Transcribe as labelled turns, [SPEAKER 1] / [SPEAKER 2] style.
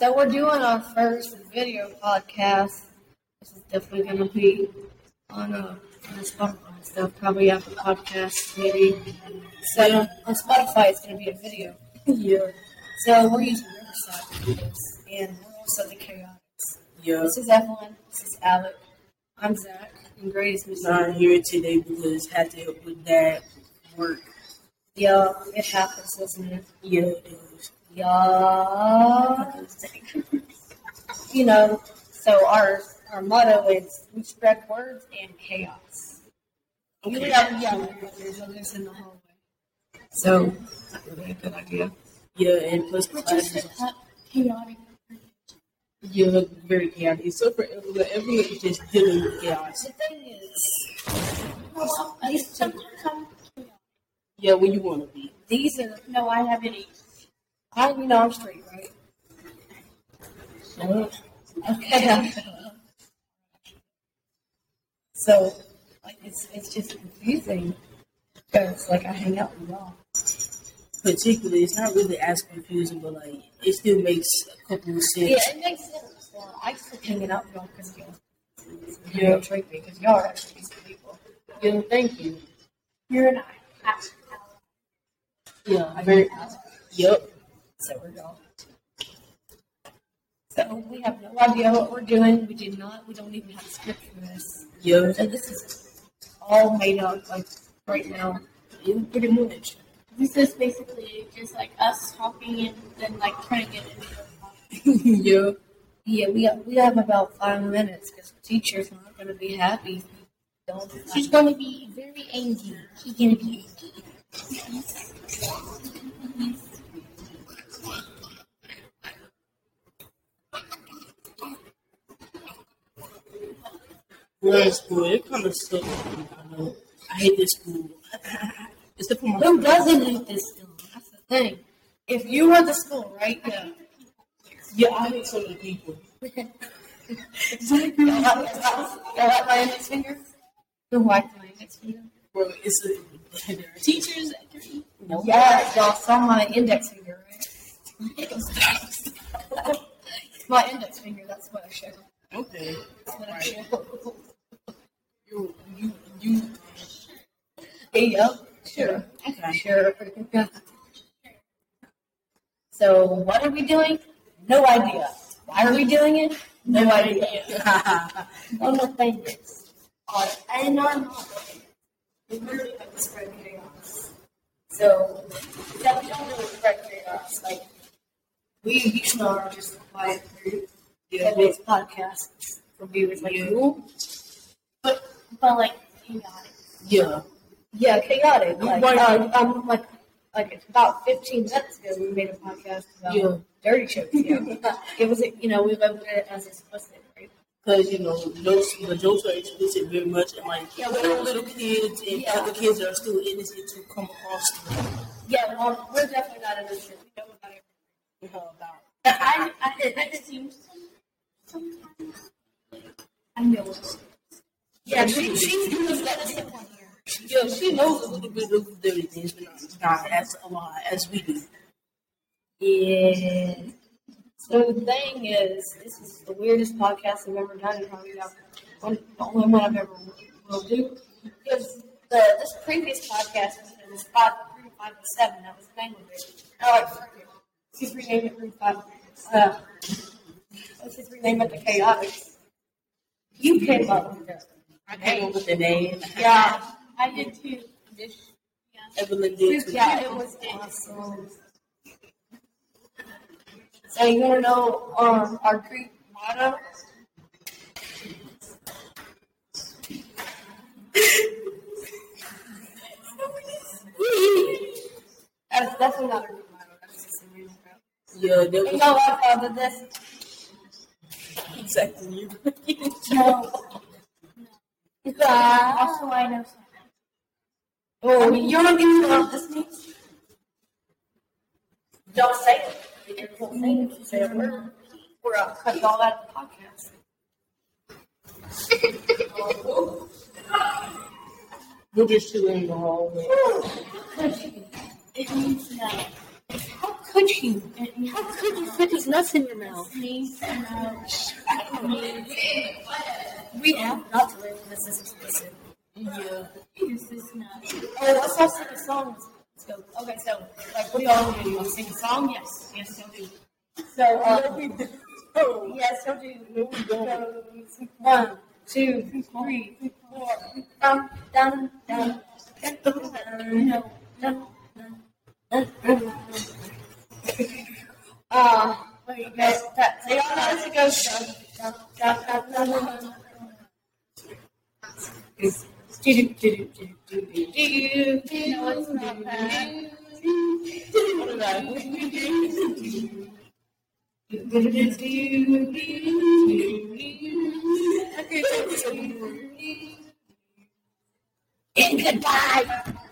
[SPEAKER 1] So we're doing our first video podcast. This is definitely gonna be on uh on the Spotify and stuff, probably after podcast maybe. So on Spotify it's gonna be a video.
[SPEAKER 2] Yeah.
[SPEAKER 1] So we're using Riverside for this and we're also the Chaotix.
[SPEAKER 2] Yeah.
[SPEAKER 1] This is Evelyn, this is Alec, I'm Zach, and Grace is
[SPEAKER 2] So I'm here today because I had to help with that work.
[SPEAKER 1] Yeah, it happens, doesn't it?
[SPEAKER 2] Yeah, it was.
[SPEAKER 1] Yeah. you know, so our our motto is we spread words and chaos. You
[SPEAKER 2] Okay.
[SPEAKER 1] have young there's others in the hallway. So not really a good idea.
[SPEAKER 2] Yeah, and plus the classes.
[SPEAKER 1] chaotic.
[SPEAKER 2] Yeah, very chaotic. So for Evelyn, Evelyn is just dealing with chaos.
[SPEAKER 1] The thing is these,
[SPEAKER 2] Yeah, where you want to be.
[SPEAKER 1] these are no I have any I you know I'm straight, right?
[SPEAKER 2] So,
[SPEAKER 1] Okay. so, like, it's it's just confusing because like I hang out with y'all.
[SPEAKER 2] particularly, it's not really as confusing, but like it still makes a couple of sense.
[SPEAKER 1] Yeah, it makes sense. Well, I still hanging out with y'all because y'all you don't treat me because y'all are actually decent people.
[SPEAKER 2] Yeah, thank you.
[SPEAKER 1] You're and I.
[SPEAKER 2] Yeah,
[SPEAKER 1] I
[SPEAKER 2] very.
[SPEAKER 1] very
[SPEAKER 2] Yep.
[SPEAKER 1] so we're y'all. So we have no idea what we're doing. We did not. We don't even have a script for this.
[SPEAKER 2] Yeah.
[SPEAKER 1] So this is all made up like right now.
[SPEAKER 2] Pretty much.
[SPEAKER 3] This is basically just like us talking and then like trying to get it.
[SPEAKER 2] yeah.
[SPEAKER 1] Yeah, we we have about five minutes because teacher's not going to be happy. Don't
[SPEAKER 3] She's gonna be very angry. She's gonna be angry.
[SPEAKER 2] Well, school, it kind of sucks. I know. I hate this school. it's the for my
[SPEAKER 1] Who doesn't hate this school? That's the thing. If you were the school right now,
[SPEAKER 2] Yeah, I hate so many people.
[SPEAKER 1] exactly. You'll have my index finger. You'll wipe my index finger.
[SPEAKER 2] Bro, it's a, there are teachers. No.
[SPEAKER 1] Yes, y'all saw my index finger, right? my index finger. That's what I showed.
[SPEAKER 2] Okay.
[SPEAKER 1] That's what I
[SPEAKER 2] Right.
[SPEAKER 1] showed.
[SPEAKER 2] You, you, you.
[SPEAKER 1] yeah. Sure.
[SPEAKER 2] Okay.
[SPEAKER 1] Sure. so what are we doing? No idea. Why are we doing it? No idea. One more thing is, uh, and our model, we really like to spread chaos. So, that we don't really spread chaos. Like, we usually are just a quiet group
[SPEAKER 2] Yeah.
[SPEAKER 1] that makes podcasts for viewers like you.
[SPEAKER 3] But like chaotic.
[SPEAKER 2] yeah.
[SPEAKER 1] Yeah, chaotic. Like,
[SPEAKER 2] Why-
[SPEAKER 1] uh, um, like, like it's about 15 minutes ago, we made a podcast about
[SPEAKER 2] Yeah.
[SPEAKER 1] dirty jokes. Yeah. it was, you know, we labeled it as explicit, right?
[SPEAKER 2] Because you know the jokes, the jokes are explicit very much, and like
[SPEAKER 1] Yeah, we
[SPEAKER 2] little, little kids and
[SPEAKER 1] Yeah.
[SPEAKER 2] other kids that are still innocent to come across
[SPEAKER 1] Yeah, well, we're definitely not innocent. We know about it.
[SPEAKER 2] to know about.
[SPEAKER 3] I I, I seem sometimes I know. it.
[SPEAKER 1] Yeah, she, she was innocent.
[SPEAKER 2] Yeah, she knows a little bit of dirty things, but not, not as a lot as we do.
[SPEAKER 1] Yeah. So the thing is, this is the weirdest podcast I've ever done, and probably the one- the only one I've ever will do. Because the this previous podcast was it was five, room five and seven. That was the name of it. Oh, it's right here. she's renamed it room five. Uh, she's renamed it the chaotic. You came up with that.
[SPEAKER 2] I came up with the name.
[SPEAKER 1] Yeah.
[SPEAKER 3] I did too. This-
[SPEAKER 2] Evelyn did. too.
[SPEAKER 1] Yeah, it was awesome. So you wanna know um our Greek motto? That's definitely not a Greek motto. That's just a real motto.
[SPEAKER 2] Yeah, that
[SPEAKER 1] You
[SPEAKER 2] was
[SPEAKER 1] know what? I did this.
[SPEAKER 2] exactly you.
[SPEAKER 1] No. Ah.
[SPEAKER 3] Also, I know something.
[SPEAKER 1] Oh, you don't even know what this means. Don't say it. If you don't say it, you say a word. We're gonna cut all that podcast.
[SPEAKER 2] We're just chilling in the hallway.
[SPEAKER 3] It means no.
[SPEAKER 1] How
[SPEAKER 4] could you? How could you fit these nuts in your mouth?
[SPEAKER 3] Sneeze, no.
[SPEAKER 4] We have not to live. This is explicit.
[SPEAKER 1] Yeah.
[SPEAKER 3] This is not.
[SPEAKER 1] Oh, let's all sing a song. Let's go. Okay, so, like, what do y'all want to do? You want to sing a song? Yes. Yes, y'all do. So, uh, yes, y'all do. So, One, two, three, four. Dun, dun, dun. Dun, dun, dun, dun, dun, dun, dun, dun. Uh, wait, guys, that, so y'all know how to go. Dun, dun, dun, dun, dun, dun, dun. It's do, do, do, do, do, do, do, do, do.
[SPEAKER 3] No, it's not that.
[SPEAKER 1] And goodbye.